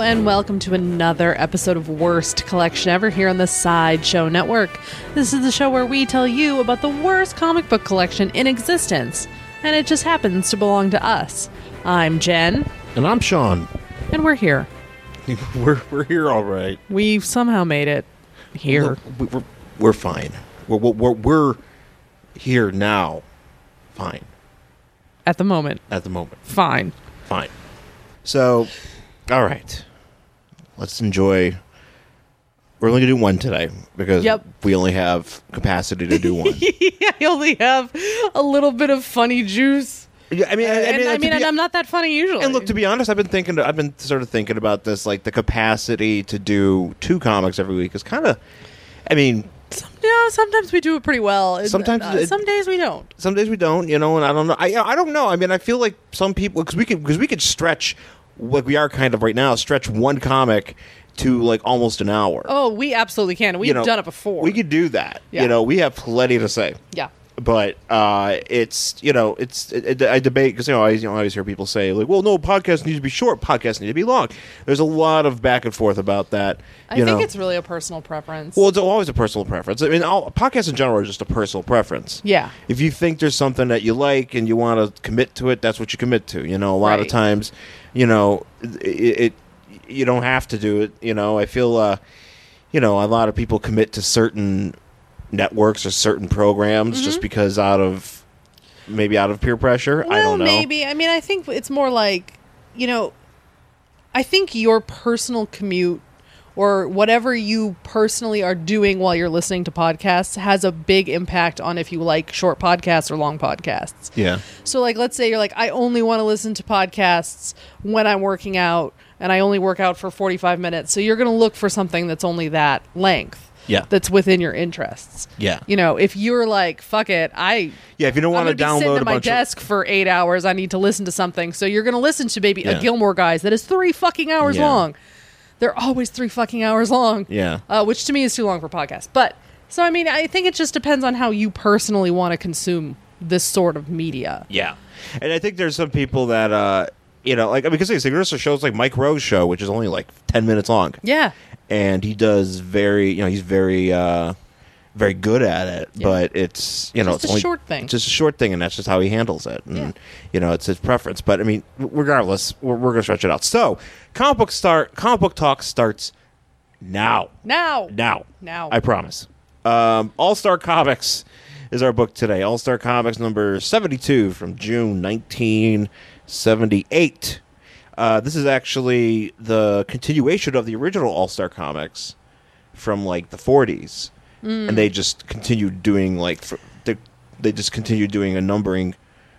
and welcome to another episode of Worst Collection Ever here on the Sideshow Network. This is the show where we tell you about the worst comic book collection in existence, and it just happens to belong to us. I'm Jen, And I'm Sean. and we're here. We're, we're here all right. We somehow made it here. We're, we're, we're fine. We're, we're, we're here now. Fine. At the moment, At the moment. fine. Fine. So, all right. Let's enjoy. We're only going to do one today because Yep. we only have capacity to do one. I only have a little bit of funny juice. Yeah, I mean, And I mean, to be- and I'm not that funny usually. And look, to be honest, I've been thinking. I've been sort of thinking about this, like the capacity to do two comics every week is kind of. I mean, no, sometimes we do it pretty well. It- Sometimes uh, it- some days we don't. some days we don't, you know, and I don't know. I I don't know. I mean, I feel like some people because we could because we could stretch like we are kind of right now stretch one comic to like almost an hour. Oh, we absolutely can. We've you know, done it before. We could do that. Yeah. You know, we have plenty to say. yeah. But uh, it's you know it's it, it, I debate because you know I you know, I always hear people say like well no podcasts need to be short podcasts need to be long there's a lot of back and forth about that I you think know. it's really a personal preference. Well, it's always a personal preference. I mean, all, podcasts in general are just a personal preference. Yeah. If you think there's something that you like and you want to commit to it, that's what you commit to. You know, a lot Right. of times, you know, it, it you don't have to do it. You know, I feel, uh, you know, a lot of people commit to certain networks or certain programs Mm-hmm. just because out of maybe out of peer pressure. I Well, don't know. maybe. I mean, I think it's more like, you know, I think your personal commute or whatever you personally are doing while you're listening to podcasts has a big impact on if you like short podcasts or long podcasts. Yeah. So, like, let's say you're like, I only want to listen to podcasts when I'm working out, and I only work out for 45 minutes. So, you're going to look for something that's only that length. Yeah. That's within your interests. Yeah. You know, if you're like, fuck it, I Yeah. If you don't I'm want to going to be sitting download at a my bunch of desk for eight hours. I need to listen to something. So you're going to listen to maybe a Yeah. Gilmore Guys that is three fucking hours Yeah. long. They're always three fucking hours long. Yeah. uh, which to me is too long for podcasts. But so I mean, I think it just depends on how you personally want to consume this sort of media. Yeah, and I think there's some people that uh, you know, like because like, there's shows like Mike Rowe's show, which is only like ten minutes long, Yeah, and he does very, you know, he's very, uh, very good at it. Yeah. But it's you know, Just it's a only, short thing. it's just a short thing, and that's just how he handles it. And Yeah. you know, it's his preference. But I mean, w- regardless, we're, we're gonna stretch it out. So comic book start, comic book talk starts now now, now. Now. I promise. Um, All Star Comics is our book today. All Star Comics number 72 from June 1978. Uh, this is actually the continuation of the original All Star Comics from like the 40s. And they just continued doing like, fr- they, they just continued doing a numbering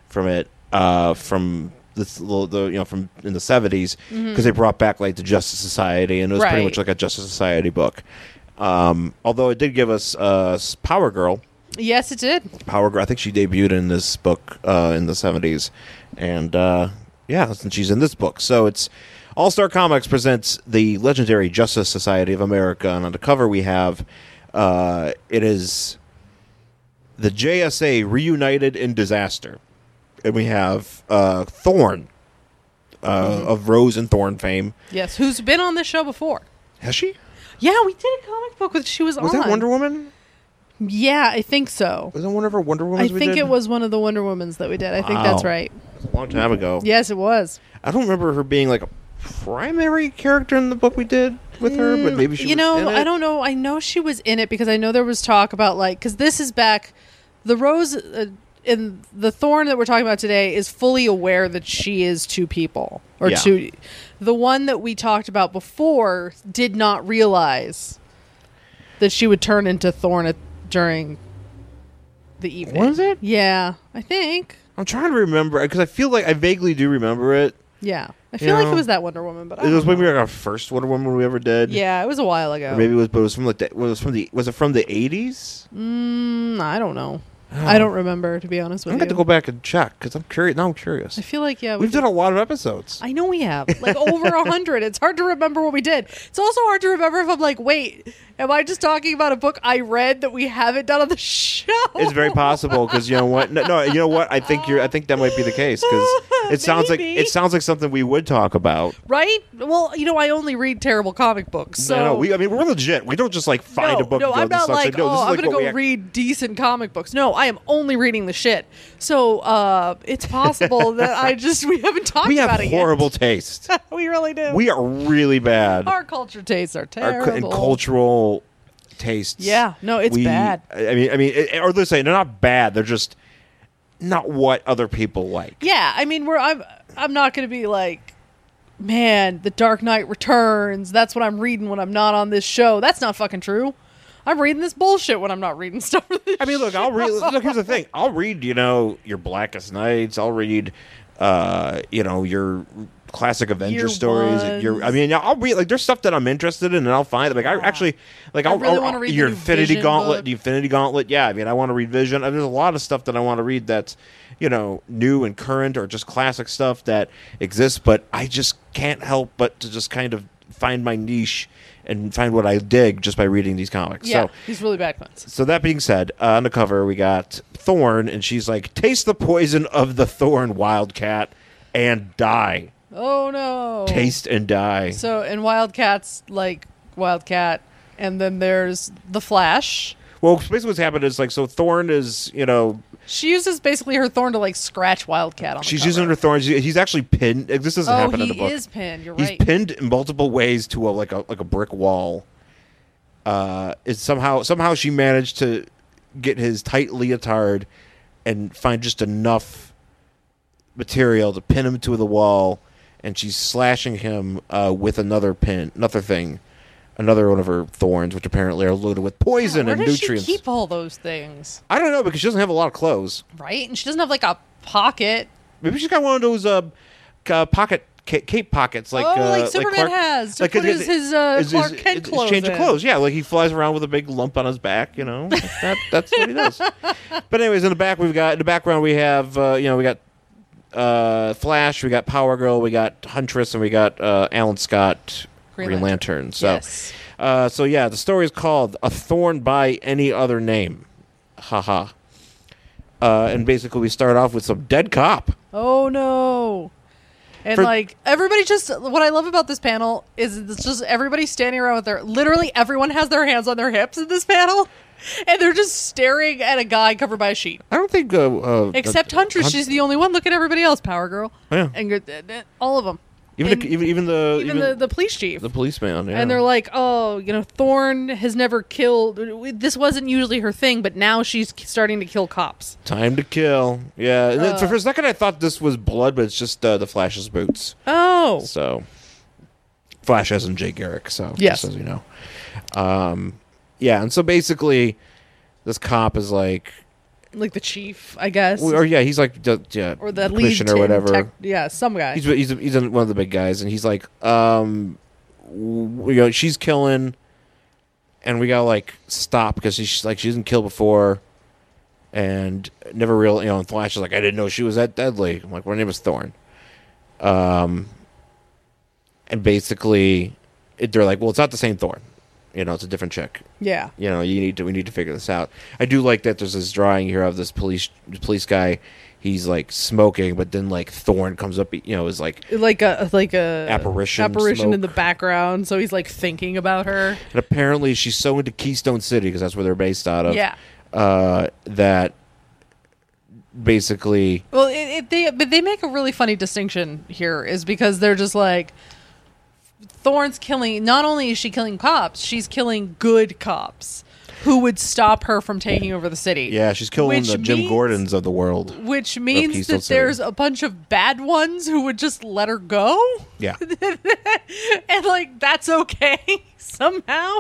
from it uh, from. This little, the, you know, from in the seventies, because they brought back like the Justice Society, and it was pretty Right. much like a Justice Society book. Um, although it did give us uh, s- Power Girl. yes, it did. Power Girl. I think she debuted in this book uh, in the seventies, and uh, yeah, and she's in this book. So it's All Star Comics presents the legendary Justice Society of America, and on the cover we have uh, it is the JSA reunited in disaster, and we have uh, Thorn uh, Mm-hmm. of Rose and Thorn fame. Yes, who's been on this show before? Has she? Yeah, we did a comic book with she was, Was on. that Wonder Woman? Yeah, I think so. Was that one of her Wonder Woman? I think it was one of the Wonder Womans that we did. I think Wow. that's right. a long time ago. Yes, it was. I don't remember her being like a primary character in the book we did with her, but maybe she. Mm, you was know in it. i don't know i know she was in it because i know there was talk about like because this is back the rose uh, and the thorn that we're talking about today is fully aware that she is two people or Yeah. two the one that we talked about before did not realize that she would turn into thorn at, during the evening Was it? yeah i think I'm trying to remember because I feel like I vaguely do remember it. yeah i You feel like know, it was that wonder woman but I It don't was when know. we were like our first Wonder Woman we ever did. yeah it was a while ago Or maybe it was, but it was from like the, was it from the was it from the 80s? Mm, i don't know I don't remember to be honest with I'm you. going to go back and check because I'm curious. Now I'm curious. I feel like yeah, we We've did- done a lot of episodes. I know we have like over a hundred. It's hard to remember what we did. It's also hard to remember if I'm like, wait, am I just talking about a book I read that we haven't done on the show? it's very possible because you know what? No, no, you know what? I think you're. I think that might be the case because it sounds like Maybe. it sounds like something we would talk about. right. Well, you know, I only read terrible comic books, so no, no, we. I mean, we're legit. We don't just like find no, a book. No, and go, I'm "This not sucks." like, no, oh, this is I'm like gonna what we go act- read decent comic books. No, I am only reading the shit. So uh, it's possible that I just we haven't talked We have about it horrible taste. yet. We really do. We are really bad. our culture tastes are Our terrible. cu- and cultural tastes. Yeah, no, it's we- bad. I I mean, I mean, it- or they're saying they're not bad. They're just not what other people like. Yeah, I mean, we're I'm I'm not gonna be like, man, The Dark Knight Returns. That's what I'm reading when I'm not on this show. That's not fucking true. I'm reading this bullshit when I'm not reading stuff. For this I mean, look, I'll read. Look, here's the thing. I'll read, you know, your Blackest Nights. I'll read, uh, you know, your classic Avenger Year stories. ones. Your, I mean, I'll read like there's stuff that I'm interested in, and I'll find. Like, I actually like I'll, really I'll- wanna read the your new Infinity Vision Gauntlet. book. The Infinity Gauntlet. Yeah, I mean, I want to read Vision. I mean, there's a lot of stuff that I want to read that's, you know, new and current or just classic stuff that exists. But I just can't help but to just kind of find my niche and find what I dig just by reading these comics. yeah, So these really bad ones. so that being said, uh, on the cover we got Thorn, and she's like, "Taste the poison of the thorn, wildcat, and die. Oh no. Taste and die." So and Wildcats like Wildcat, and then there's the Flash. well, basically what's happened is like, so Thorn is, you know, She uses basically her thorn to like scratch Wildcat on. the she's cover. using her thorns. He- He's actually pinned. This doesn't Oh, happen in he the book. is pinned. You're He's right. pinned in multiple ways to a like a like a brick wall. Uh, it's somehow somehow she managed to get his tight leotard and find just enough material to pin him to the wall, and she's slashing him uh, with another pin, another thing, another one of her thorns, which apparently are loaded with poison Where and does nutrients. she keep all those things? I don't know because she doesn't have a lot of clothes. Right, and she doesn't have like a pocket. Maybe she's got one of those uh, c- uh, pocket ca- cape pockets, like oh, uh, like Superman Clark- has to like, put it- his, his uh, is- is- Clark Kent is- is clothes. change of in. clothes. Yeah, like he flies around with a big lump on his back. You know, that, that's what he does. But anyways, in the back we've got in the background we have uh, you know we got uh, Flash, we got Power Girl, we got Huntress, and we got uh, Alan Scott. Green Green, Lantern. Lantern. So, Yes. uh, so yeah, the story is called "A Thorn by Any Other Name," haha. Uh, and basically, we start off with some dead cop. Oh no. And For- like everybody just what I love about this panel is it's just everybody standing around with their literally everyone has their hands on their hips in this panel. And they're just staring at a guy covered by a sheet. I don't think uh, uh, Except uh, Huntress, Hunt- Oh, she's the only one. Look at everybody else, Power Girl. Yeah. And you're- uh, uh, all of them. even, and the, even even the even the, the police chief. the policeman. Yeah. And they're like, "Oh, you know, Thorn has never killed. This wasn't usually her thing, but now she's starting to kill cops." Time to kill. Yeah. And then for a second, I thought this was blood, but it's just uh, the Flash's boots. Oh. So, Flash isn't Jay Garrick. So, Yes. just as you know. Um, yeah. And so basically, this cop is like, like the chief, I guess, or yeah, he's like, the, yeah, or the lead commissioner or tin whatever. tech- yeah, some guy. he's he's he's one of the big guys, and he's like, um, w- you know, she's killing, and we gotta like stop because she's like she didn't kill before, and never real, you know. And Flash is like, I didn't know she was that deadly. I'm like, her name is Thorn, um, and basically, it, they're like, well, it's not the same Thorn, you know, it's a different chick, yeah, you know you need to we need to figure this out i do like that there's this drawing here of this police police guy he's like smoking but then like thorn comes up you know is like like a like a Apparition, apparition in the smoke. background. So he's like thinking about her. and apparently she's so into keystone city because that's where they're based out of Yeah. uh that basically Well, it, it, they but they make a really funny distinction here is because they're just like Thorn's killing. Not only is she killing cops, she's killing good cops who would stop her from taking over the city. yeah she's killing Which the jim means- gordons of the world Which Keystone means that City. there's a bunch of bad ones who would just let her go, yeah and like that's okay somehow.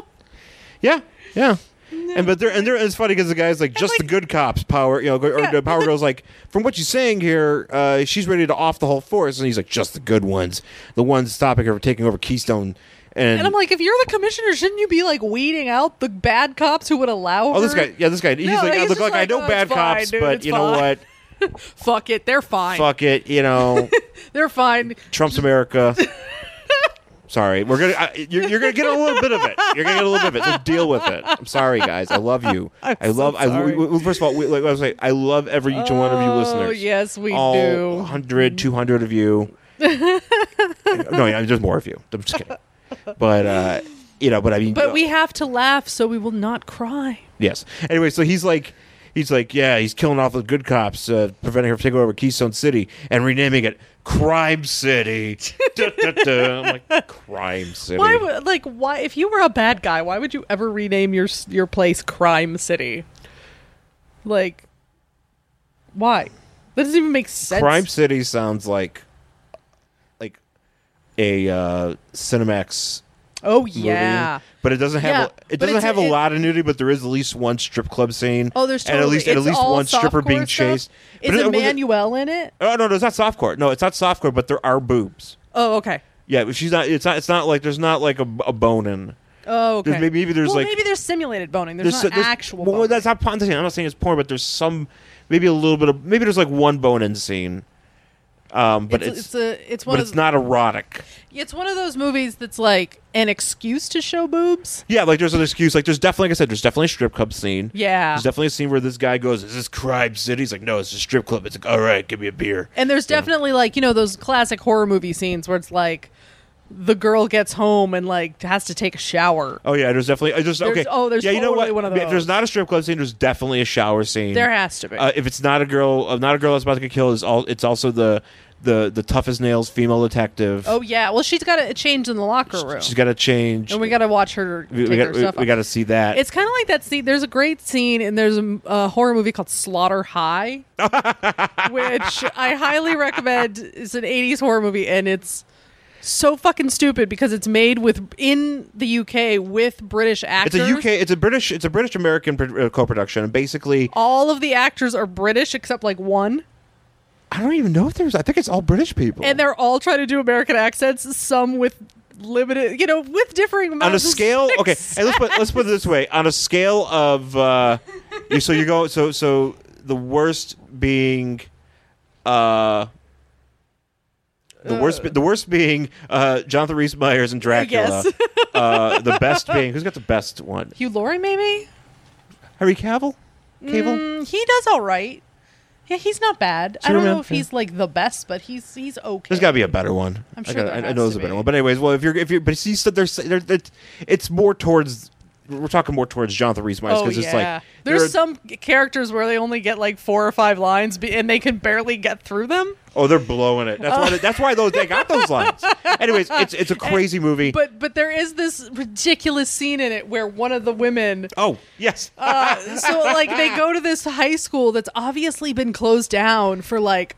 yeah yeah and but they're and they're it's funny because the guy's like just like- the good cops power you know or Yeah, the power but- girl's like from what she's saying here uh, she's ready to off the whole force and he's like just the good ones the ones stopping her from taking over Keystone And, And I'm like, if you're the commissioner, shouldn't you be like weeding out the bad cops who would allow? oh, this her- guy, yeah, this guy. He's like, he's I look just like, I like, know "Oh, it's bad fine, cops, dude, but it's you know fine." what? Fuck it, they're fine. Fuck it, you know. They're fine. Trump's America. sorry, we're gonna I, you're, you're gonna get a little bit of it. You're gonna get a little bit of it. So deal with it. I'm sorry, guys. I love you. i so love. I we, sorry. we- first of all, we, like I was like, I love every each one of you Oh, listeners. yes, we all do. 100, 200 of you. no, yeah, there's more of you. I'm just kidding. But uh, you know, but I mean, But we have to laugh so we will not cry. Yes. Anyway, so he's like, he's like, yeah, he's killing off the good cops, uh, preventing her from taking over Keystone City and renaming it Crime City. Duh, duh, duh. I'm like, Crime City. Why would like why if you were a bad guy, why would you ever rename your s- your place Crime City? Like why? That doesn't even make sense. Crime City sounds like, like, a uh, Cinemax Oh movie, yeah. but it doesn't have Yeah, a, it but doesn't it's- have a it- lot of nudity, but there is at least one strip club scene. Oh, there's and totally at least and at it's least all one stripper softcore being stuff. chased. Is But it- it wasn't- Emmanuel in it? Oh no, no, it's not softcore. No, it's not softcore, but there are boobs. Oh okay. Yeah, but she's not. It's not. It's not like there's not like a, a bone in. Oh okay. There's- maybe- maybe there's, well, like- maybe there's simulated boning. There's, There's, not there's- actual. Well, boning. that's not. I'm not saying- I'm not saying it's porn, but there's some. Maybe a little bit of. Maybe there's like one bone in scene. Um, but it's, it's, it's a it's one but of it's not erotic. it's one of those movies that's like an excuse to show boobs. Yeah, like there's an excuse. Like there's definitely, like I said, there's definitely a strip club scene. Yeah. There's definitely a scene where this guy goes, "Is this crime city?" He's like, "No, it's a strip club." It's like, "All right, give me a beer." And there's definitely like, you know, those classic horror movie scenes where it's like the girl gets home and like has to take a shower. Oh yeah, there's definitely. I just There's- okay. oh, there's yeah. You know totally what? one of If there's those. not a strip club scene, there's definitely a shower scene. There has to be. Uh, if it's not a girl, uh, not a girl that's about to get killed. Is all. It's also the the the toughest nails female detective. oh yeah. Well, she's got to change in the locker room. She's got to change. and we got to watch her we, take we her got stuff we, we off. got to see that. It's kind of like that scene. There's a great scene, and there's a, a horror movie called Slaughter High, which I highly recommend. It's an 80s horror movie, and it's so fucking stupid because it's made with in the UK with British It's actors. a UK. It's a British. It's a British American pro- uh, co-production. And basically, All of the actors are British except like one. I don't even know if there's. I think it's all British people. and they're all trying to do American accents, some with limited, you know, with differing amounts. on a of scale. Okay, success. and let's put let's put it this way. On a scale of, uh, you- so you go so so the worst being, uh. The worst, the worst being uh, Jonathan Rhys Meyers and Dracula. Yes. uh, the best being who's got the best one? Hugh Laurie, maybe Harry Cavill. Cable. Mm, he does all right. Yeah, he's not bad. I don't Superman, know if he's like the best, but he's he's okay. There's got to be a better one. I'm I sure gotta- there I, has I know to there's a better be. one, but anyways, well, if you're if you but see, so there's there, it- it's more towards we're talking more towards Jonathan Rhys Meyers Oh because yeah, it's like there's there are- some characters where they only get like four or five lines, be- and they can barely get through them. oh they're blowing it. That's why that's why those they got those lines. Anyways, it's it's a crazy movie. But but there is this ridiculous scene in it where one of the women oh yes, Uh, so like they go to this high school that's obviously been closed down for like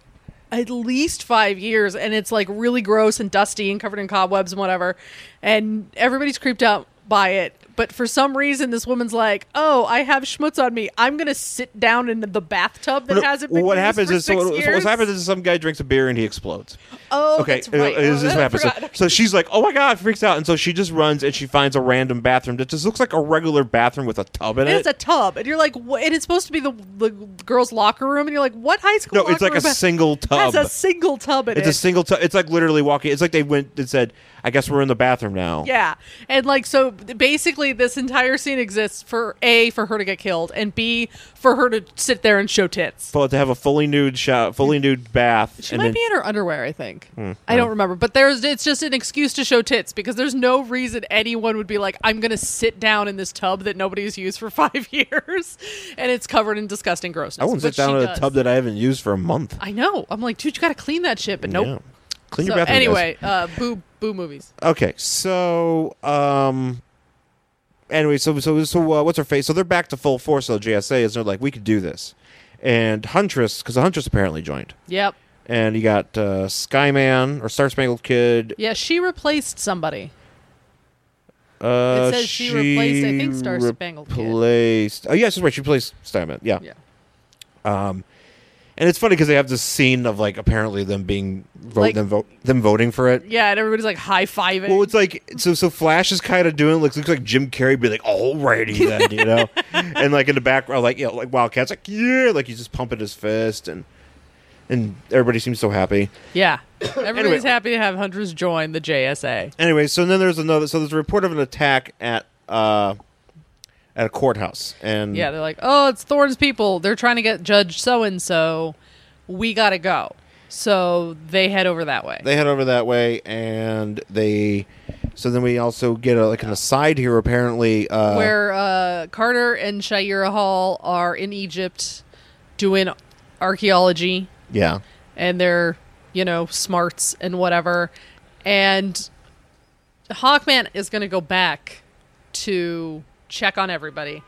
at least five years and it's like really gross and dusty and covered in cobwebs and whatever and everybody's creeped out by it but for some reason this woman's like oh i have schmutz on me i'm gonna sit down in the bathtub that No, hasn't been uh, what used happens for is so, six so what years." happens is some guy drinks a beer and he explodes. oh okay, that's right. uh, this Oh, is I what happens. So, forgot. so she's like, "Oh my god!" freaks out, and so she just runs and she finds a random bathroom that just looks like a regular bathroom with a tub in And it. it's a tub, and you're like, what? and it's supposed to be the, the girls' locker room, and you're like, what high school? no, it's locker like a room has- single tub. Has a single tub in It's it. a single. T- it's like literally walking. It's like they went and said, "I guess we're in the bathroom now." Yeah. And like so basically this entire scene exists for A for her to get killed and B for her to sit there and show tits. But to have a fully nude shot, fully nude bath. She might be in her underwear, I think. Hmm, I don't remember, but there's it's just an excuse to show tits because there's no reason anyone would be like I'm going to sit down in this tub that nobody's used for 5 years and it's covered in disgusting grossness. I wouldn't sit which she down in a does. tub that I haven't used for a month. I know. I'm like, dude, you got to clean that shit, but Yeah. nope. Clean So your bathroom. guys. anyway, uh boo boo movies. Okay. So, um. Anyway, so so so uh, what's her face? So they're back to full force. So JSA is they're like, we could do this, and Huntress because the Huntress apparently joined, Yep. and you got uh, Skyman or Star Spangled Kid. Yeah, she replaced somebody. Uh, says she replaced, I think, Star Spangled Kid. replaced- Oh yes, that's right. She replaced Skyman. Yeah. Um, And it's funny because they have this scene of like apparently them being vote, Like- them vote them voting for it. Yeah, and everybody's like high fiving. Well, it's like so. So Flash is kind of doing like looks like Jim Carrey be like, alrighty then, you know, and like in the background, like you know, like Wildcat's like yeah, like he's just pumping his fist and and everybody seems so happy. yeah, everybody's Anyway. happy to have hunters join the JSA. Anyway, so then there's another. So there's a report of an attack at uh at a courthouse, and Yeah, they're like, oh, it's Thorne's people. They're trying to get Judge so and so. We gotta go. So they head over that way. they head over that way, and they. So then we also get a, like an aside here. Apparently, uh, where uh, Carter and Shaira Hall are in Egypt doing archaeology yeah, and their, you know, smarts and whatever. And Hawkman is going to go back to check on everybody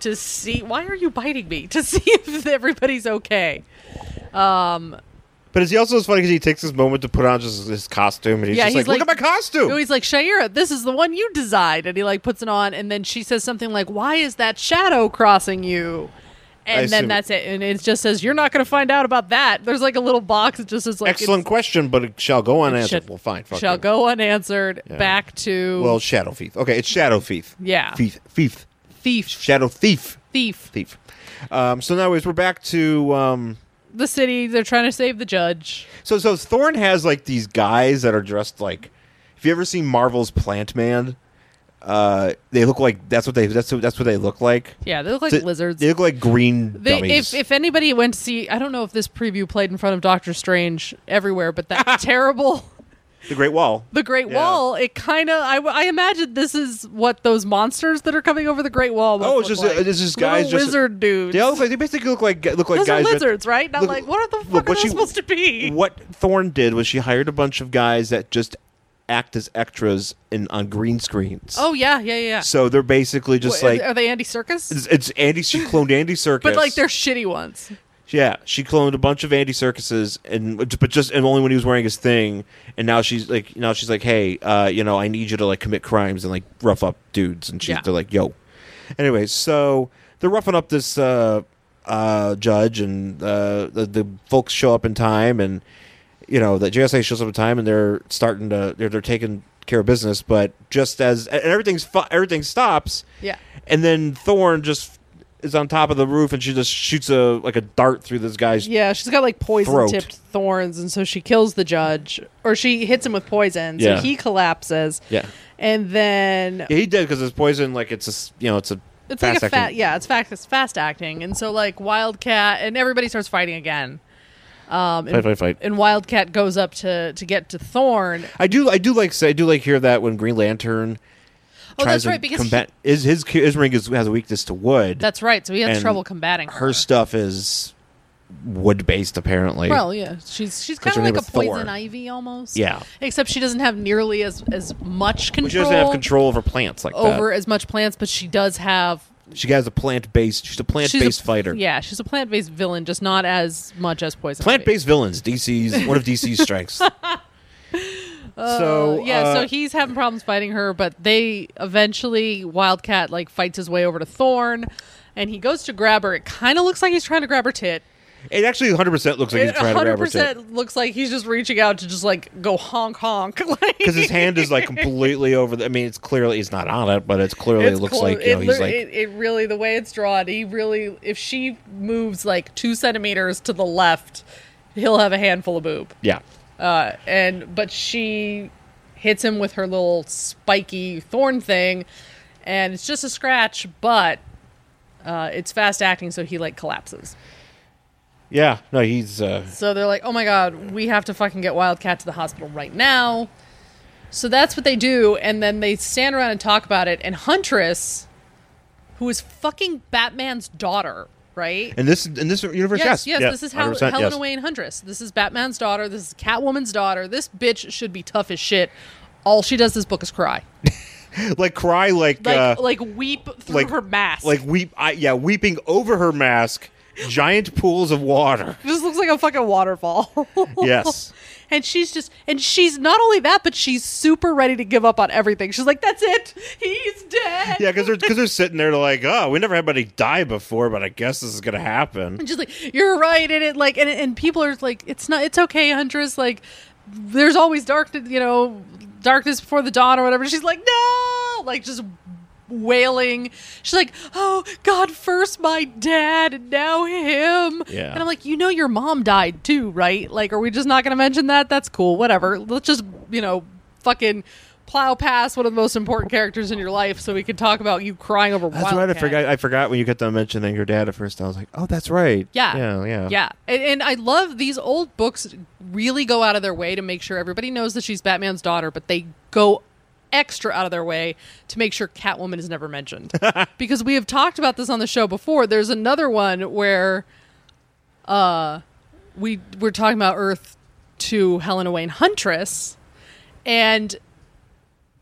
to see why are you biting me to see if everybody's okay. but it's also it's funny because he takes this moment to put on just his costume, and he's Yeah, just he's like, "Look like- at my costume." No, he's like Shaira, this is the one you designed, and he like puts it on, and then she says something like, "Why is that shadow crossing you?" I And assume- then that's it, and it just says, "You're not going to find out about that." There's like a little box that just says, like, Excellent question, but it shall go unanswered. should- well, fine. it's- Fuck shall it. go unanswered." Back to Well, Shadow Thief. Okay, it's Shadow Thief. Yeah. Thief. Thief. thief, Shadow Thief. thief, Thief. Um, so, anyways, we're back to. Um, the city. They're trying to save the judge. so, so Thorne has like these guys that are dressed like. If you ever seen Marvel's Plant Man, uh, they look like that's what they that's what, that's what they look like. Yeah, they look like They- lizards. They look like green They, dummies. if if anybody went to see, I don't know if this preview played in front of Doctor Strange everywhere, but that terrible the Great Wall. the Great Yeah. Wall, it kind of I, I imagine this is what those monsters that are coming over the Great Wall. must Oh, it's look just- like. it's just Little guys just- lizard dudes. They all look like they basically look like look like those are guys. that- lizards, right? Not look- like what are the look, fuck what are they she- supposed to be? what Thorne did was she hired a bunch of guys that just act as extras in on green screens. Oh yeah, yeah, yeah. so they're basically just What, like are they Andy Circus? it's, it's Andy. She cloned Andy Circus, But like they're shitty ones. yeah, she cloned a bunch of Andy Circuses, and but just and only when he was wearing his thing. And now she's like, now she's like, hey, uh, you know, I need you to like commit crimes and like rough up dudes, and she's Yeah. they're like, yo. Anyway, so they're roughing up this uh, uh, judge, and uh, the, the folks show up in time, and you know the JSA shows up in time, and they're starting to they're they're taking care of business. But just as and everything's fu- everything stops, Yeah. and then Thorn just is on top of the roof and she just shoots a like a dart through this guy's Yeah, she's got like poison Throat. tipped thorns, and so she kills the judge, or she hits him with poison, so Yeah. he collapses. Yeah. and then Yeah, he did because it's poison. Like it's a s- you know it's a It's like fast a acting- fat, yeah. It's fast, it's fast acting, and so like Wildcat and everybody starts fighting again. Um, and, Fight, fight, fight. and Wildcat goes up to to get to Thorn. I do I do like I do like hear that when Green Lantern Oh, that's tries to right, because combat his his his ring is, has a weakness to wood. That's right. So he has And trouble combating her. her stuff is wood based apparently. Well, yeah, she's she's kind her of like name a is Thorn. poison ivy almost. Yeah. except she doesn't have nearly as as much control, she doesn't have control over plants like over that. as much plants, but she does have. She has a plant based. She's a plant She's a- based fighter. Yeah, she's a plant based villain, just not as much as poison. Plant ivy. based villains. DC's one of DC's strengths. so Oh, yeah, uh, so he's having problems fighting her, but they eventually Wildcat like fights his way over to Thorn, and he goes to grab her. It kind of looks like he's trying to grab her tit. it actually 100 percent looks like he's It trying to grab her tit. 100% looks like he's just reaching out to just like go honk honk. Like because his hand is like completely over. The, I mean, it's clearly he's not on it, but it's clearly it's it looks clo- like you know it, li- he's like it, it really the way it's drawn. He really if she moves like two centimeters to the left, he'll have a handful of boob. yeah. uh, and but she hits him with her little spiky thorn thing, and it's just a scratch, but uh, it's fast acting, so he like collapses. Yeah, no, he's uh, So they're like, "Oh my god, we have to fucking get Wildcat to the hospital right now." So that's what they do, and then they stand around and talk about it. And Huntress, who is fucking Batman's daughter, right? in this in this universe. Yes, yes, Yes, yeah, this is Hel- 100%, Helena yes. Wayne Huntress. This is Batman's daughter. This is Catwoman's daughter. This bitch should be tough as shit. All she does this book is cry, Like cry, like like uh, like weep through like- her mask. like weep. I, yeah, weeping over her mask giant pools of water. This looks like a fucking waterfall. Yes. And she's just, and she's not only that, but she's super ready to give up on everything. She's like, that's it. He's dead. Yeah, because they're, 'cause they're sitting there like, oh, we never had anybody die before, but I guess this is going to happen. And she's like, you're right. And it like, and, and people are like, it's not, it's okay, Huntress. Like, there's always darkness, you know, darkness before the dawn or whatever. She's like, no, like just wailing. She's like, oh, God, first my dad and now him. Yeah. And I'm like, you know, your mom died too, right? Like, are we just not going to mention that? That's cool. Whatever. Let's just, you know, fucking plow past one of the most important characters in your life so we can talk about you crying over That's right. I Wildcat. forgot. I forgot when you kept on mentioning your dad at first. I was like, oh, that's right. Yeah. Yeah. Yeah. And, and I love these old books really go out of their way to make sure everybody knows that she's Batman's daughter, but they go extra out of their way to make sure Catwoman is never mentioned. because we have talked about this on the show before. There's another one where uh we we're talking about Earth to Helena Wayne Huntress and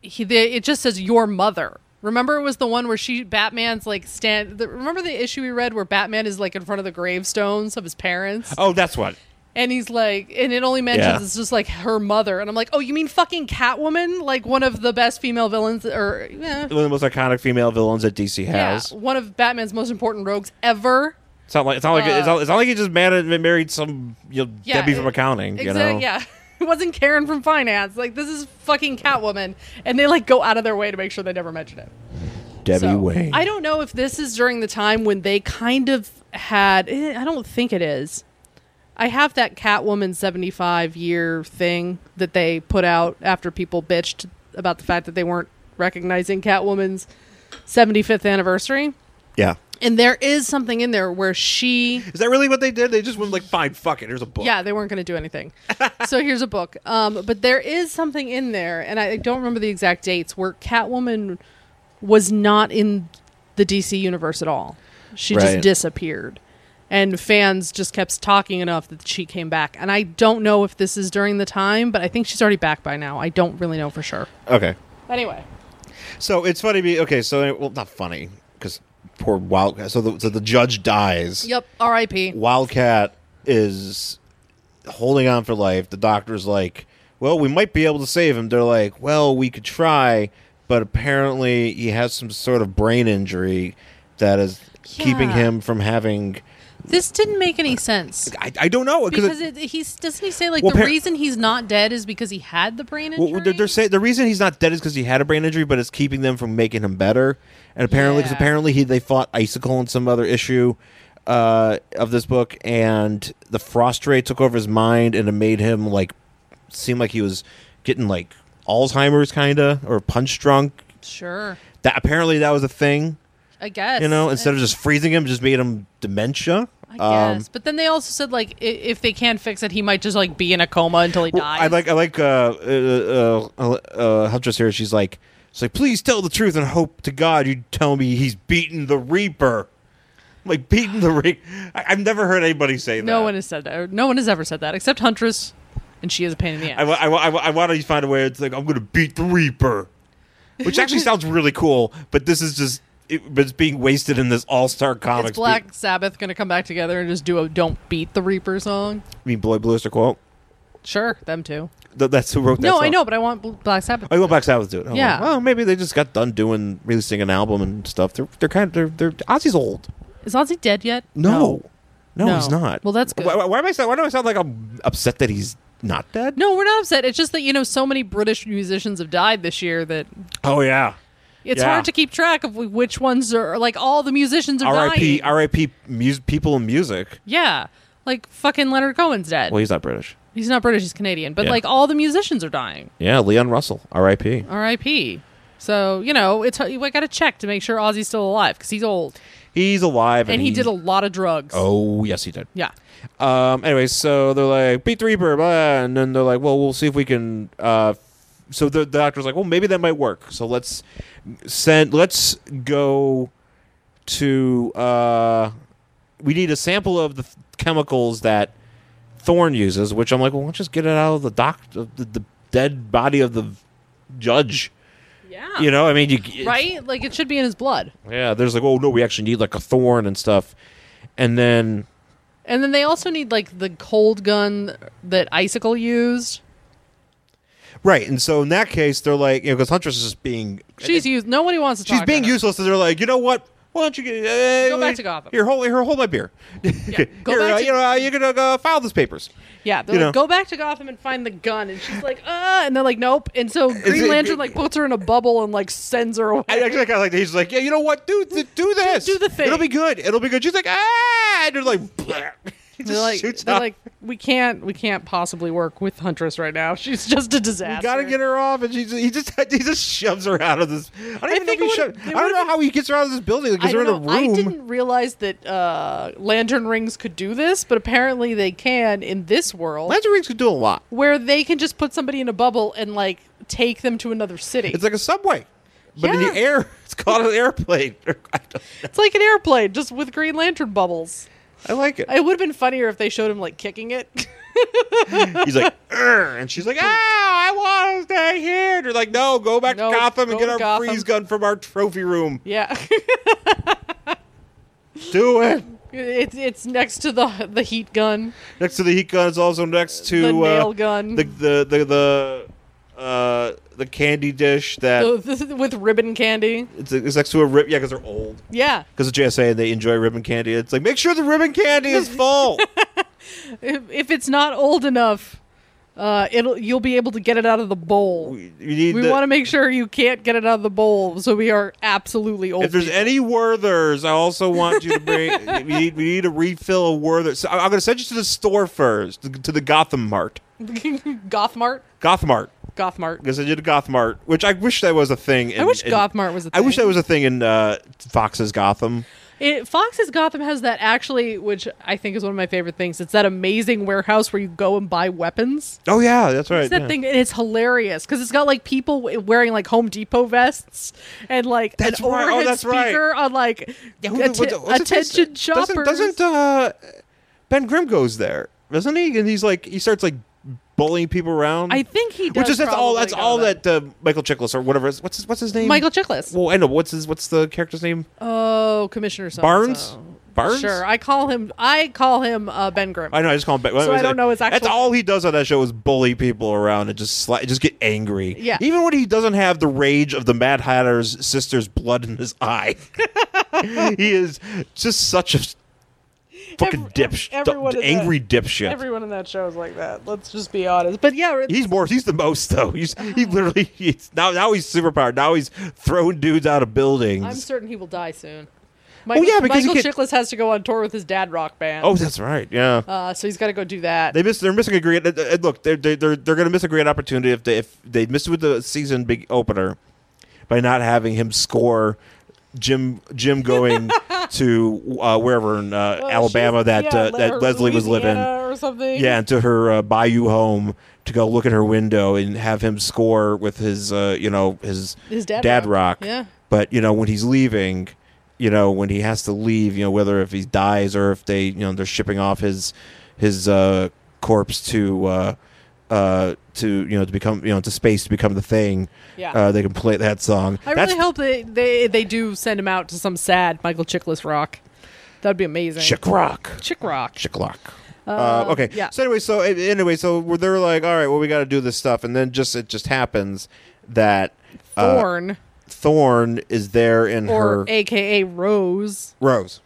he they, it just says your mother remember it was the one where she batman's like stand the, remember the issue we read where batman is like in front of the gravestones of his parents Oh, that's what. and he's like and it only mentions Yeah. it's just like her mother and i'm like oh you mean fucking catwoman like one of the best female villains or eh, One of the most iconic female villains that DC yeah has. one of batman's most important rogues ever It's not like it's not like Uh, it's, not, it's not like he just married, married some you know, Yeah, Debbie it- from accounting. You Exact- know. Yeah. It wasn't Karen from finance. Like this is fucking Catwoman, and they like go out of their way to make sure they never mention it. Debbie So, Wayne. I don't know if this is during the time when they kind of had. eh, I don't think it is. I have that Catwoman 75 year thing that they put out after people bitched about the fact that they weren't recognizing Catwoman's 75th anniversary. yeah. And there is something in there where she Is that really what they did? They just went like, fine, fuck it. Here's a book. yeah, they weren't going to do anything. so here's a book. Um, but there is something in there, and I don't remember the exact dates, where Catwoman was not in the DC universe at all. She just Right. disappeared. And fans just kept talking enough that she came back. And I don't know if this is during the time, but I think she's already back by now. I don't really know for sure. Okay. Anyway, So it's funny. Be okay. So well, not funny because poor Wildcat. So the so the judge dies. yep, R.I.P. Wildcat is holding on for life. The doctor's like, "Well, we might be able to save him." They're like, "Well, we could try, but apparently he has some sort of brain injury that is keeping Yeah. him from having." This didn't make any sense. I, I don't know Because it, he's doesn't he say like Well, the par- reason he's not dead is because he had the brain injury? Well, they're, they're saying the reason he's not dead is because he had a brain injury, but it's keeping them from making him better. And apparently, 'cause Yeah. apparently he they fought Icicle in some other issue uh, of this book, and the frost ray took over his mind, and it made him like seem like he was getting like Alzheimer's kinda or punch drunk. sure. That apparently that was a thing, I guess. you know. I- Instead of just freezing him, just made him dementia. I Um, guess. but then they also said like i- if they can't fix it, he might just like be in a coma until he Well, dies. I like I like uh uh uh, uh Huntress here. She's like she's like please tell the truth and hope to God you tell me he's beaten the Reaper. I'm like beaten the Reaper. I've never heard anybody say that. no one has said that. or No one has ever said that except Huntress, and she is a pain in the I, ass. wa- I, wa- I, wa- I want to find a way. It's like I'm gonna beat the Reaper, which actually sounds really cool. But this is just it, but it's being wasted in this All Star comics. Is Black Sabbath going to come back together and just do a "Don't Beat the Reaper" song? I mean, Boy Bluester quote. Sure, them too. Th- that's who wrote that. no, I song. know, but I want Bl- Black Sabbath. Oh, you want Black Sabbath to do it? Oh, Yeah. Well, maybe they just got done doing releasing an album and stuff. They're they're kind of they're, they're Ozzy's old. Is Ozzy dead yet? No. No, No. he's not. Well, that's good. Why, why- why am I? sound- Why do I sound like I'm upset that he's not dead? No, we're not upset. It's just that you know so many British musicians have died this year that Oh yeah. it's Yeah. hard to keep track of which ones are like all the musicians are R.I.P. dying. R.I.P. Mus- people in music. yeah, like fucking Leonard Cohen's dead. Well, he's not British. He's not British, he's Canadian. But Yeah. like all the musicians are dying. Yeah, Leon Russell. R.I.P. R.I.P. So, you know, it's I got to check to make sure Ozzy's still alive because he's old He's alive, and, and he he's- did a lot of drugs. Oh yes, he did. Yeah. Um. Anyway, so they're like beat the Reaper, blah, and then they're like, well, we'll see if we can. Uh, so the, the doctor's like, well, maybe that might work. So let's send. Let's go to. Uh, we need a sample of the th- chemicals that Thorn uses, which I'm like, well, let's just get it out of the doc, of the, the dead body of the judge. Yeah. You know, I mean, you right? Like it should be in his blood. yeah, there's like, oh no, we actually need like a thorn and stuff. and then And then they also need like the cold gun that Icicle used. right, and so in that case, they're like, you know, because Huntress is just being She's used. Nobody wants to. she's talk being to her. useless, and they're like, you know what? Why don't you get, uh, Go back to Gotham. Here, hold, here, hold my beer. go here, back uh, to- you know, uh, you're gonna uh, file these papers. Yeah, they're you like, know. go back to Gotham and find the gun, and she's like, uh, and they're like, nope. And so Green it- Lantern like puts her in a bubble and like sends her away. I actually kind of like that. He's like, yeah, you know what? Do th- do this. do the thing. It'll be good. It'll be good. She's like, ah, and they're like, bleh. He They're just like, shoots they're up. like, we can't, we can't possibly work with Huntress right now. She's just a disaster. You gotta get her off, and she's, he just he just shoves her out of this. I don't even know think if he it shoved, would've- I it don't know would've- how he gets her out of this building. I, Like, gets her in a don't know. I room. didn't realize that uh, lantern rings could do this, but apparently they can in this world, Lantern rings could do a lot. where they can just put somebody in a bubble and like take them to another city. It's like a subway, but in Yeah. the air, it's called an airplane. I, don't- It's like an airplane, just with Green Lantern bubbles. I like it. It would have been funnier if they showed him like kicking it. He's like, "Urgh," and she's like, oh, I want to stay here. And they're like, no, go back No, to Gotham go and get to our Gotham." freeze gun from our trophy room. yeah, Do it. it's it's next to the the heat gun. Next to the heat gun is also next to The nail uh, gun. the the the, the uh, the candy dish that with ribbon candy. it's, it's next to a rib. Yeah, because they're old. Yeah. Because of JSA and they enjoy ribbon candy. It's like make sure the ribbon candy is full. If, if it's not old enough, uh, it'll you'll be able to get it out of the bowl. we you need. We the- want to make sure you can't get it out of the bowl, so we are absolutely old. if there's people. any Werthers, I also want you to bring. we need we need to refill a Werther. So I- I'm going to send you to the store first, to- to the Gotham Mart. Gothmart, Gothmart. Gothmart. Because I did a Gothmart, which I wish that was a thing. In, I wish in- Gothmart was a I wish thing. that was a thing in uh, Fox's Gotham. It, Fox's Gotham has that actually, which I think is one of my favorite things. It's that amazing warehouse where you go and buy weapons. Oh yeah, that's right. It's that yeah. thing, and it's hilarious because it's got like people w- wearing like Home Depot vests and like That's an right. Oh, overhead that's right. speaker on like Yeah, who- atten- what's it- what's it face- attention doesn't- shoppers. Doesn't, uh, Ben Grimm goes there, doesn't he? And he's like, he starts like bullying people around. I think he does. Mm. which is that's all probably that's go all there. that uh, Michael Chiklis or whatever is what's his, what's his name? Michael Chiklis. Well, I know what's his what's the character's name? Oh, Commissioner so-and-so. Barnes. Barnes. Sure, I call him. I call him uh, Ben Grimm. I know. I just call him. Ben. So I don't know his That's actual- all he does on that show is bully people around and just sli- just get angry. Yeah. Even when he doesn't have the rage of the Mad Hatter's sister's blood in his eye, he is just such a fucking Every- dipsh, everyone is angry dipshit. Everyone in that show is like that. Let's just be honest. But yeah, it's- He's more. He's the most though. He's, he literally. He's, now now he's superpowered. Now he's throwing dudes out of buildings. I'm certain he will die soon. Michael, Oh, yeah, because he Michael could- Chiklis has to go on tour with his dad rock band. oh, that's right. Yeah. uh, so he's got to go do that. They miss. They're missing a great. uh, uh, Look, they're they're they're, they're going to miss a great opportunity if they if they miss with the season big opener by not having him score. Jim Jim going to uh, wherever in uh, Well, Alabama Oh, she's- that yeah, uh, Le- that or Leslie was living. Louisiana or something. Yeah, into her uh, bayou home to go look at her window and have him score with his, uh, you know, his His dad rock. rock. Yeah. But you know when he's leaving, you know when he has to leave, you know whether if he dies or if they, you know, they're shipping off his his uh, corpse to uh, uh, to you know to become you know to space to become the thing. Yeah. Uh, they can play that song. I That's really hope they, they they do send him out to some sad Michael Chiklis rock. That'd be amazing. chick rock. Chick rock. Chiklock. Uh, okay. Oh, yeah. So anyway, so uh, anyway, so we're- they're like, all right, well, we got to do this stuff, and then just it just happens that uh, Thorn Thorn is there in or her AKA Rose Rose.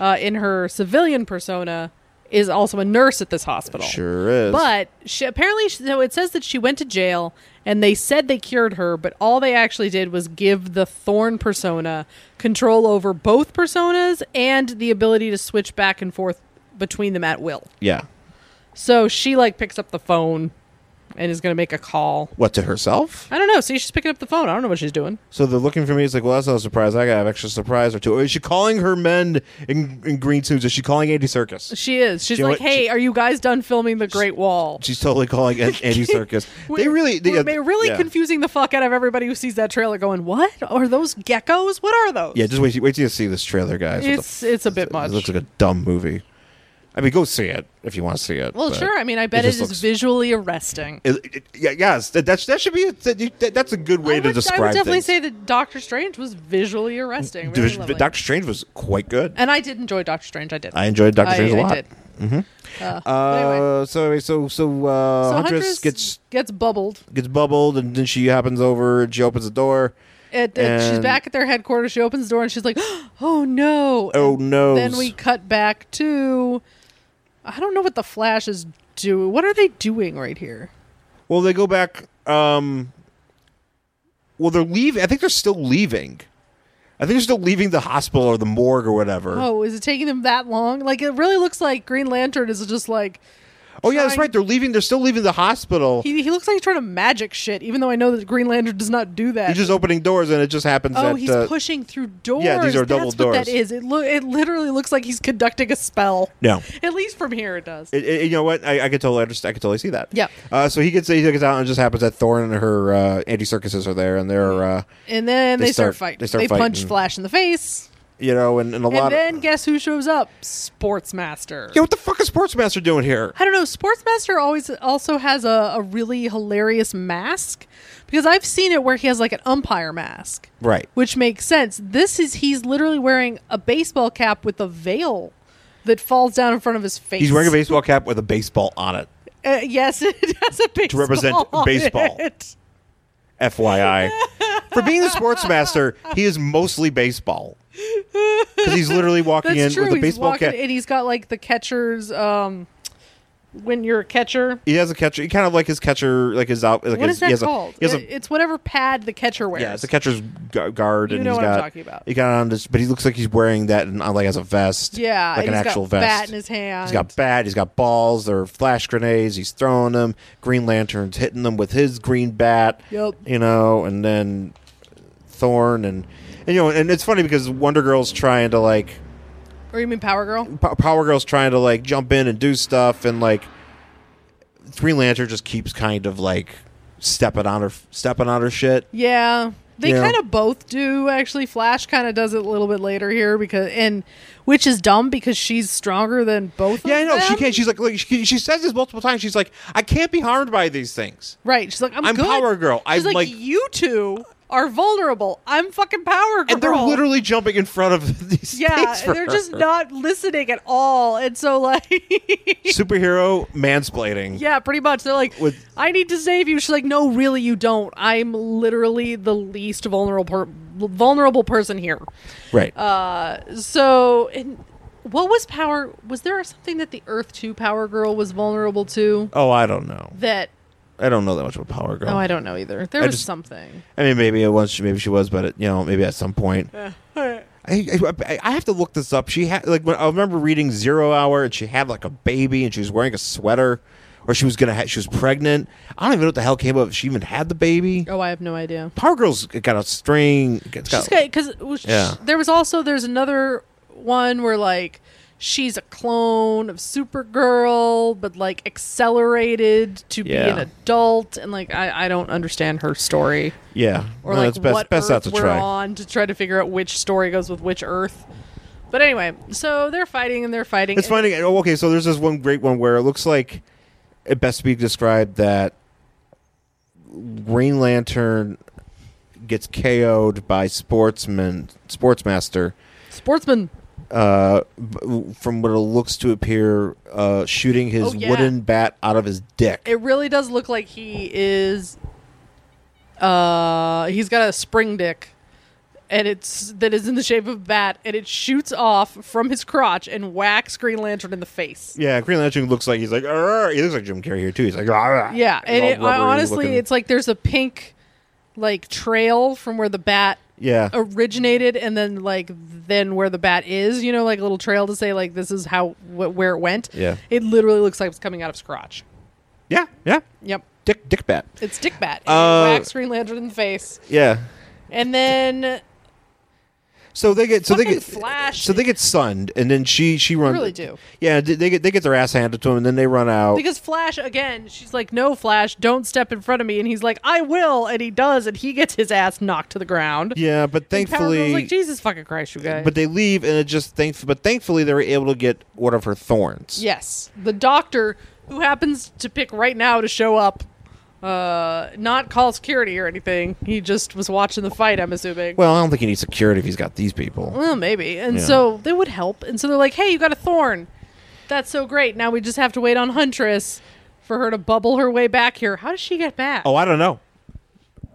uh, in her civilian persona is also a nurse at this hospital. Sure is. But she, apparently, she- so it says that she went to jail and they said they cured her, but all they actually did was give the Thorn persona control over both personas and the ability to switch back and forth between them at will. yeah, So she like picks up the phone and is going to make a call. what to herself? I don't know. See, she's picking up the phone. I don't know what she's doing. So they're looking for me. It's like, well, that's not a surprise. I got an extra surprise or two. Or is she calling her men in, in green suits? Is she calling Andy Circus? She is. She's You know like, what? "Hey, She- are you guys done filming the Great Wall?" She's totally calling An- Andy Circus. they really, they, we're, we're really yeah. confusing the fuck out of everybody who sees that trailer. Going, what are those geckos? What are those? Yeah, just wait, wait till you see this trailer, guys. What the it's it's a bit much. It looks like a dumb movie. I mean, go see it if you want to see it. Well, but sure. I mean, I bet it just is looks- visually arresting. It- it- yeah, yes, that, that's- that should be a, that, you- that- that's a good way I to would, describe. I would definitely things. say that Doctor Strange was visually arresting. Really Division- lovely. Doctor Strange was quite good. and I did enjoy Doctor Strange. I did. I enjoyed Doctor Strange a I lot. did. Uh, but anyway. Uh, so so so uh, So Huntress, Huntress gets gets bubbled. gets bubbled, and then she happens over. and She opens the door. It, it- she's And- back at their headquarters. She opens the door and she's like, "Oh no!" Oh no! Then we cut back to, I don't know what the Flash is doing. What are they doing right here? Well, they go back. Um, well, they're leaving. I think they're still leaving. I think they're still leaving the hospital or the morgue or whatever. Oh, is it taking them that long? Like it really looks like Green Lantern is just like Oh, yeah, that's trying- right. They're leaving. They're still leaving the hospital. he, he looks like he's trying to magic shit. Even though I know that Green Lantern does not do that. he's just opening doors, and it just happens. oh, that, he's uh, pushing through doors. yeah, these are double That's what that doors. is. It lo- it literally looks like he's conducting a spell. No. At least from here it does. It, it- you know what? I, I could totally understand. I could totally see that. Yeah. Uh, so he gets he gets out, and it just happens that Thorn and her uh, anti circuses are there, and they're uh, and then they they, start, start- fighting. they start punch fighting. Flash in the face. you know, and, and a And lot. then of, guess who shows up? Sportsmaster. yeah, what the fuck is Sportsmaster doing here? I don't know. Sportsmaster always also has a, a really hilarious mask because I've seen it where he has like an umpire mask, Right. which makes sense. This is he's literally wearing a baseball cap with a veil that falls down in front of his face. He's wearing a baseball cap with a baseball on it. Uh, yes, it has a baseball represent on baseball. it. FYI. For being a sportsmaster, he is mostly baseball. Because he's literally walking That's in true. with a he's baseball walking cap. and he's got like the catcher's um when you're a catcher. He has a catcher. He kind of like his catcher, like his out. Like What his, is that he has called? A, he has a, It- it's whatever pad the catcher wears. yeah, it's a catcher's gu- guard, You and know he's what I'm got. talking about. He got on this, but he looks like he's wearing that and uh, like as a vest. Yeah, like and an he's got actual vest. bat in his hand. He's got bat. He's got balls. There are flash grenades. He's throwing them. Green Lantern's hitting them with his green bat. Yep. You know, and then Thorn and and you know, and it's funny because Wonder Girl's trying to like Or you mean Power Girl? P- Power Girl's trying to like jump in and do stuff, and like Green Lantern just keeps kind of like stepping on her, stepping on her shit. Yeah. They Yeah. kind of both do actually. Flash kind of does it a little bit later here because and which is dumb because she's stronger than both Yeah, of I know. She them. can't. She's like, like she, she says this multiple times. She's like, I can't be harmed by these things. Right. She's like I'm, I'm good. Power Girl. She's I'm like- you two are vulnerable. I'm fucking Power Girl. And they're literally jumping in front of these. Yeah, things for they're just her. not listening at all. And so like superhero mansplaining. Yeah, pretty much. They're like, With- I need to save you. She's like, No, really, you don't. I'm literally the least vulnerable per- vulnerable person here. Right. Uh, So, and what was power? Was there something that the Earth Two Power Girl was vulnerable to? oh, I don't know. That I don't know that much about Power Girl. oh, I don't know either. There I was just- something. I mean, maybe it was. Maybe she was, but it, you know, maybe at some point. Uh, I, I, I have to look this up. She had like when I remember reading Zero Hour, and she had like a baby, and she was wearing a sweater, or she was gonna ha- she was pregnant. I don't even know what the hell came up. if She even had the baby. Oh, I have no idea. Power Girl's got a string. It's got, She's got because Yeah. there was also there's another one where like she's a clone of Supergirl, but like accelerated to be Yeah. an adult, and like I I don't understand her story. yeah, or No, like it's best what best earth not to we're try. on to try to figure out which story goes with which earth. But anyway, so they're fighting and they're fighting. It's and- funny. Oh, okay, so there's this one great one where it looks like it best be described that Green Lantern gets KO'd by Sportsman Sportsmaster. Sportsman. uh, b- from what it looks to appear, uh, shooting his Oh, yeah. wooden bat out of his dick. It really does look like he is. Uh, he's got a spring dick, and it's that is in the shape of a bat, and it shoots off from his crotch and whacks Green Lantern in the face. yeah, Green Lantern looks like he's like, "Arr!" he looks like Jim Carrey here too. He's like, "Arr!" Yeah, He's and all it, rubbery honestly, looking. it's like there's a pink, like trail from where the bat yeah, originated and then like then where the bat is you know like a little trail to say like this is how wh- where it went Yeah. it literally looks like it's coming out of scratch yeah, yeah, yep dick, dick bat. it's dick bat Uh, and it whacks green lantern in the face Yeah. and then So they get so they Fucking get Flash. so they get sunned, and then she she runs. really do. Yeah, they they get they get their ass handed to them, and then they run out. Because Flash again, she's like, "No, Flash, don't step in front of me," and he's like, "I will," and he does, and he gets his ass knocked to the ground. yeah, but And Power Girl's thankfully, like Jesus fucking Christ, you guys. but they leave, and it just thank. But thankfully, they were able to get one of her thorns. yes, the doctor who happens to pick right now to show up, uh, not call security or anything. He just was watching the fight. I'm assuming. Well, I don't think he needs security if he's got these people. Well, maybe. And Yeah. so they would help. And so they're like, hey, you got a thorn. That's so great. Now we just have to wait on Huntress for her to bubble her way back here. How does she get back? Oh, I don't know.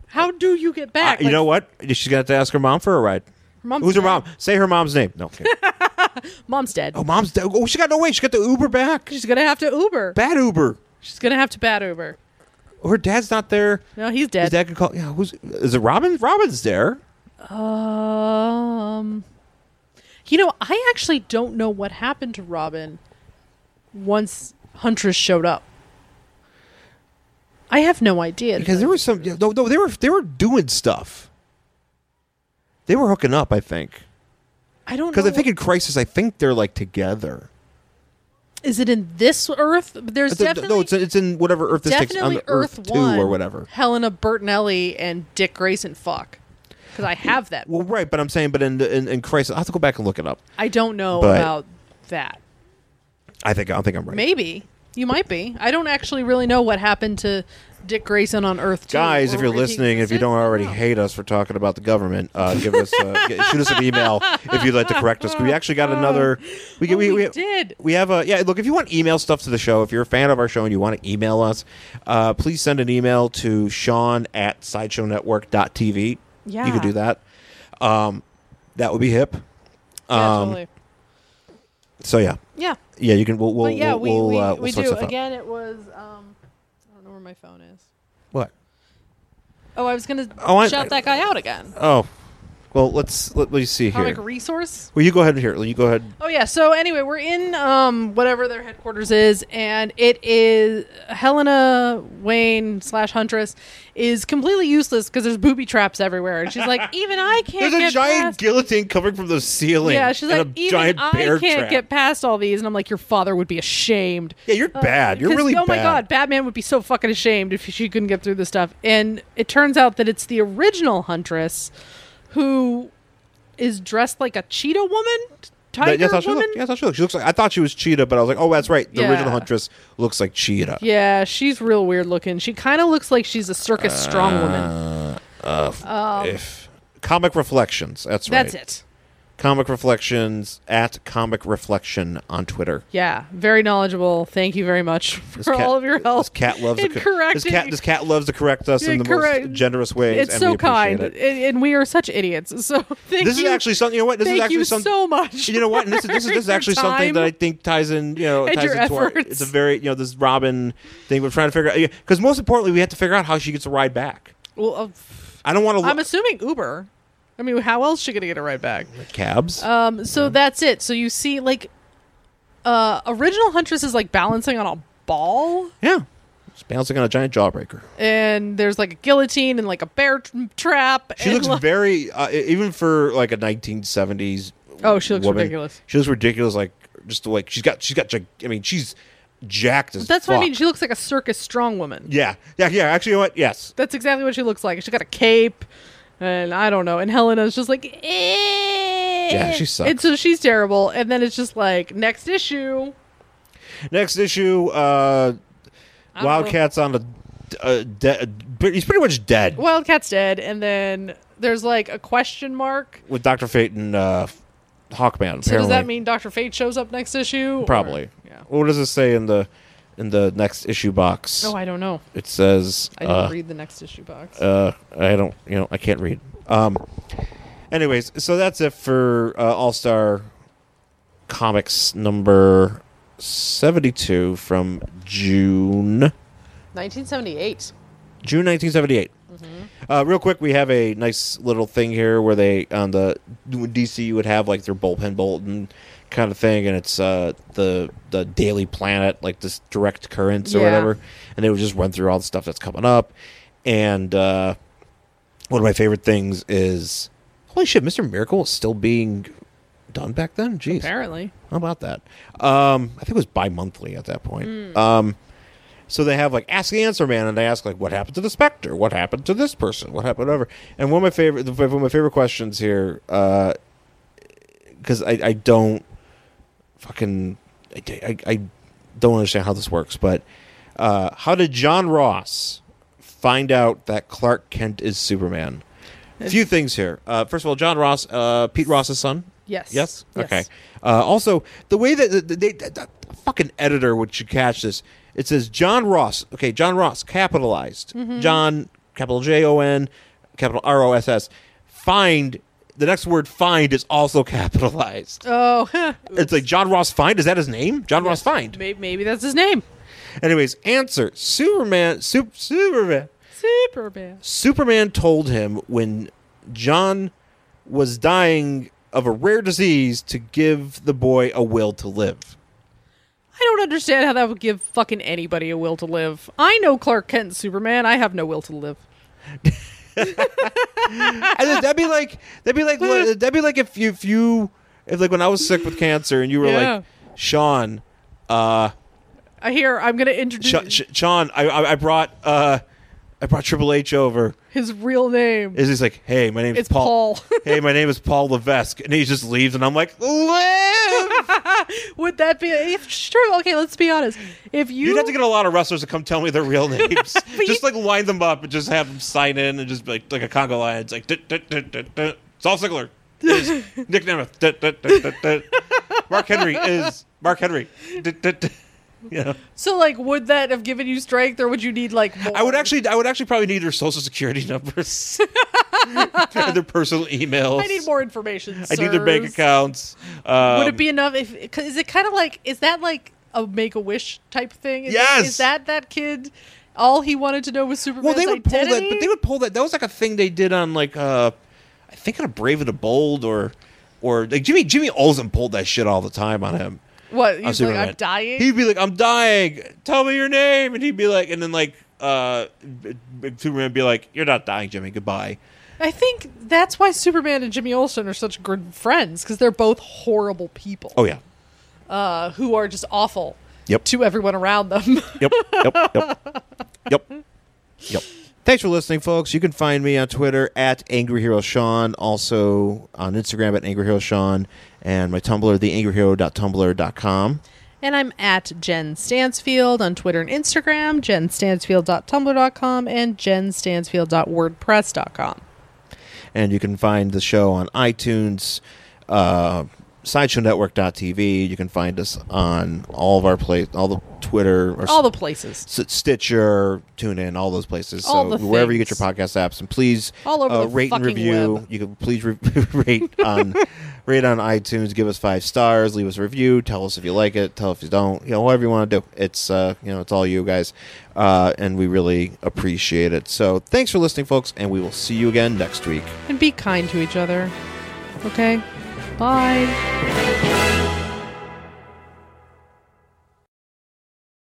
How do you get I- back? you Like, know what? She's gonna have to ask her mom for a ride. mom's Who's her dead. mom? Say her mom's name. No. okay. Mom's dead. oh, mom's. dead. Oh, she got no way. She got the Uber back. She's going to have to Uber. Bad Uber. She's going to have to bat Uber. Her dad's not there. No, he's His dead. dad could call. Yeah, who's is it? Robin. Robin's there. Um, you know, I actually don't know what happened to Robin once Huntress showed up. I have no idea. Because there was some no no they were they were doing stuff. They were hooking up, I think. I don't Because know. I think in Crisis, I think they're like together. is it in this Earth? There's It's a- definitely no, it's, it's in whatever Earth this takes on definitely Earth, Earth, One Two or whatever. Helena Bertinelli and Dick Grayson fuck because I have that. Well, right, but I'm saying, but in, the- in in Crisis, I have to go back and look it up. I don't know But- about that. I think I think I'm right. Maybe you might be. I don't actually really know what happened to Dick Grayson on Earth. Two, Guys, or if you're he listening, if you existed. don't I already know. hate us for talking about the government, uh, give us uh, g- shoot us an email if you'd like to correct us. We actually got another. We, get Oh, we did. We have a yeah. Look, if you want email stuff to the show, if you're a fan of our show and you want to email us, uh, please send an email to Sean at SideshowNetwork.tv. Yeah. you could do that. Um, that would be hip. yeah, Um, totally. So yeah, yeah. yeah, you can. We'll we'll but yeah, we we'll, we, uh, we'll we sort do. stuff out. Again, it was um, I don't know where my phone is. What? Oh, I was gonna Oh, I- shout that guy out again. Oh, well, let's let, let's see here. Comic resource. Well, you go ahead here. You go ahead. Oh yeah. So anyway, we're in um, whatever their headquarters is, and it is Helena Wayne slash Huntress is completely useless because there's booby traps everywhere, and she's like, even I can't. There's a get giant past- guillotine coming from the ceiling. Yeah, she's and like, a even giant I bear can't trap. get past all these, and I'm like, your father would be ashamed. Yeah, you're bad. You're 'Cause, really oh bad. my god, Batman would be so fucking ashamed if she couldn't get through this stuff. And it turns out that it's the original Huntress who is dressed like a cheetah woman, tiger That- yeah, I thought she woman. looked. Yeah, I thought she looked. She looks like I thought she was Cheetah, but I was like, oh, that's right. The Yeah. original Huntress looks like Cheetah. Yeah, she's real weird looking. She kind of looks like she's a circus strong Uh, woman. If comic reflections, that's right. um, That's it. Comic reflections at comic reflection on Twitter. Yeah, very knowledgeable. Thank you very much for cat- all of your help. This cat loves to in cor- This correcting- cat, this cat loves to correct us Yeah, in the correct. most generous ways. It's and so we appreciate kind, it. and, and we are such idiots. So thank This you. is actually something. You know what? This thank is actually you something. so much. you know what? And this is this is, this is Your actually something time. that I think ties in. You know, and ties your into our, efforts. It's a very you know this Robin thing. We're trying to figure out because most importantly, we have to figure out how she gets a ride back. Well, uh, I don't want to I'm assuming Uber. I mean, how else she gonna get it right back? cabs. Um, so that's it. So you see, like, uh, original Huntress is like balancing on a ball. yeah, it's bouncing on a giant jawbreaker. and there's like a guillotine and like a bear t- trap. She and looks like- very uh, e- even for like a 1970s. Oh, she looks woman, ridiculous. She looks ridiculous. Like just like she's got she's got gig- I mean she's jacked as That's fuck. what I mean. She looks like a circus strong woman. yeah, yeah, yeah. Actually, you know what? Yes. That's exactly what she looks like. She got a cape, and I don't know. And Helena's just like, yeah, she sucks. And so she's terrible. And then it's just like next issue. Next issue. uh don't know. Wildcats on the. Uh, de- he's pretty much dead. Wildcat's dead, and then there's like a question mark. with Doctor Fate and uh, Hawkman. Apparently. So does that mean Doctor Fate shows up next issue? or- probably? yeah. What does it say in the in the next issue box? Oh, I don't know. it says I didn't uh, read the next issue box. uh, I don't. You know, I can't read. Um. Anyways, so that's it for uh, All Star Comics number seventy-two from June. 1978. June 1978. Uh, real quick, we have a nice little thing here where they on the DC you would have like their bullpen bulletin kind of thing, and it's uh, the the Daily Planet, like this direct currents or Yeah. whatever, and they would just run through all the stuff that's coming up. And uh, one of my favorite things is Holy shit, Mr. Miracle was still being done back then? Jeez. Apparently. How about that? Um, I think it was bi monthly at that point. Um, so they have like Ask the Answer Man, and they ask like, "What happened to the Spectre? What happened to this person? What happened?" Whatever. And one of my favorite, one of my favorite questions here, because I, I don't fucking, I, I, I don't understand how this works, but uh, how did John Ross find out that Clark Kent is Superman? A few things here. Uh, first of all, John Ross, uh, Pete Ross's son, Yes. Yes. Okay. Uh, also, the way that that- that they that, that fucking editor would should catch this. It says John Ross. Okay, John Ross, capitalized. John, capital J O N, capital R O S S. Find the next word. Find is also capitalized. Oh. It's like John Ross Find. Is that his name? John Ross Find. Maybe, maybe that's his name. Anyways, answer Superman. Sup, Superman. Superman. Superman told him when John was dying of a rare disease to give the boy a will to live. I don't understand how that would give fucking anybody a will to live. I know Clark Kent and Superman. I have no will to live. And then that'd be like that'd be like that'd be like if you if you if like when I was sick with cancer and you were Yeah. like Sean, uh, I hear I'm going to introduce Sh- Sh- Sean, I, I I brought uh, I brought Triple H over. his real name. Is he's like, hey, my name's It's Paul. Paul. hey, my name is Paul Levesque, and he just leaves, and I'm like, live. Would that be if sure? Okay, let's be honest. If you You'd have to get a lot of wrestlers to come tell me their real names. you- just like line them up and just have them sign in and just be like like a Congo lion. It's like "Dut, dut, dut, dut, dut. Saul Sigler is Nick Nemeth. Dut, dut, dut, dut, dut. Mark Henry is Mark Henry. Dut, dut, dut. Yeah. so like, would that have given you strength, or would you need like? More? I would actually I would actually probably need their social security numbers. their personal emails. I need more information. I need their bank sirs. accounts. Um, would it be enough? If 'cause is it kind of like is that like a make a wish type thing? Is, Yes! Is that that kid? All he wanted to know was Superman's Well, they would identity. pull that, but they would pull that. That was like a thing they did on like uh, I think on a Brave and the Bold or or like Jimmy Jimmy Olsen pulled that shit all the time on him. what on he's like, Superman. I'm dying. He'd be like, "I'm dying. Tell me your name," and he'd be like, and then like uh, B- B- Superman would be like, "You're not dying, Jimmy. Goodbye." I think that's why Superman and Jimmy Olsen are such good friends because they're both horrible people Oh yeah. uh, who are just awful Yep. to everyone around them. Yep. Yep. Yep. Yep. Yep. Thanks for listening, folks. You can find me on Twitter at Angry Hero Sean, also on Instagram at Angry Hero Sean, and my Tumblr, theangryhero.tumblr.com. And I'm at Jen Stansfield on Twitter and Instagram, jenstansfield.tumblr.com, and jenstansfield.wordpress.com. And you can find the show on iTunes, uh, SideshowNetwork.tv. You can find us on all of our place, all the Twitter, or All the places. S- Stitcher, TuneIn, all those places. All so the wherever you get things. your podcast apps, and please All over uh, the rate and fucking review. web. You can please re- rate on rate on iTunes. Give us five stars. Leave us a review. Tell us if you like it. Tell us if you don't. You know whatever you want to do. It's uh, you know it's all you guys, uh, and we really appreciate it. So thanks for listening, folks, and we will see you again next week. And be kind to each other. Okay? Bye.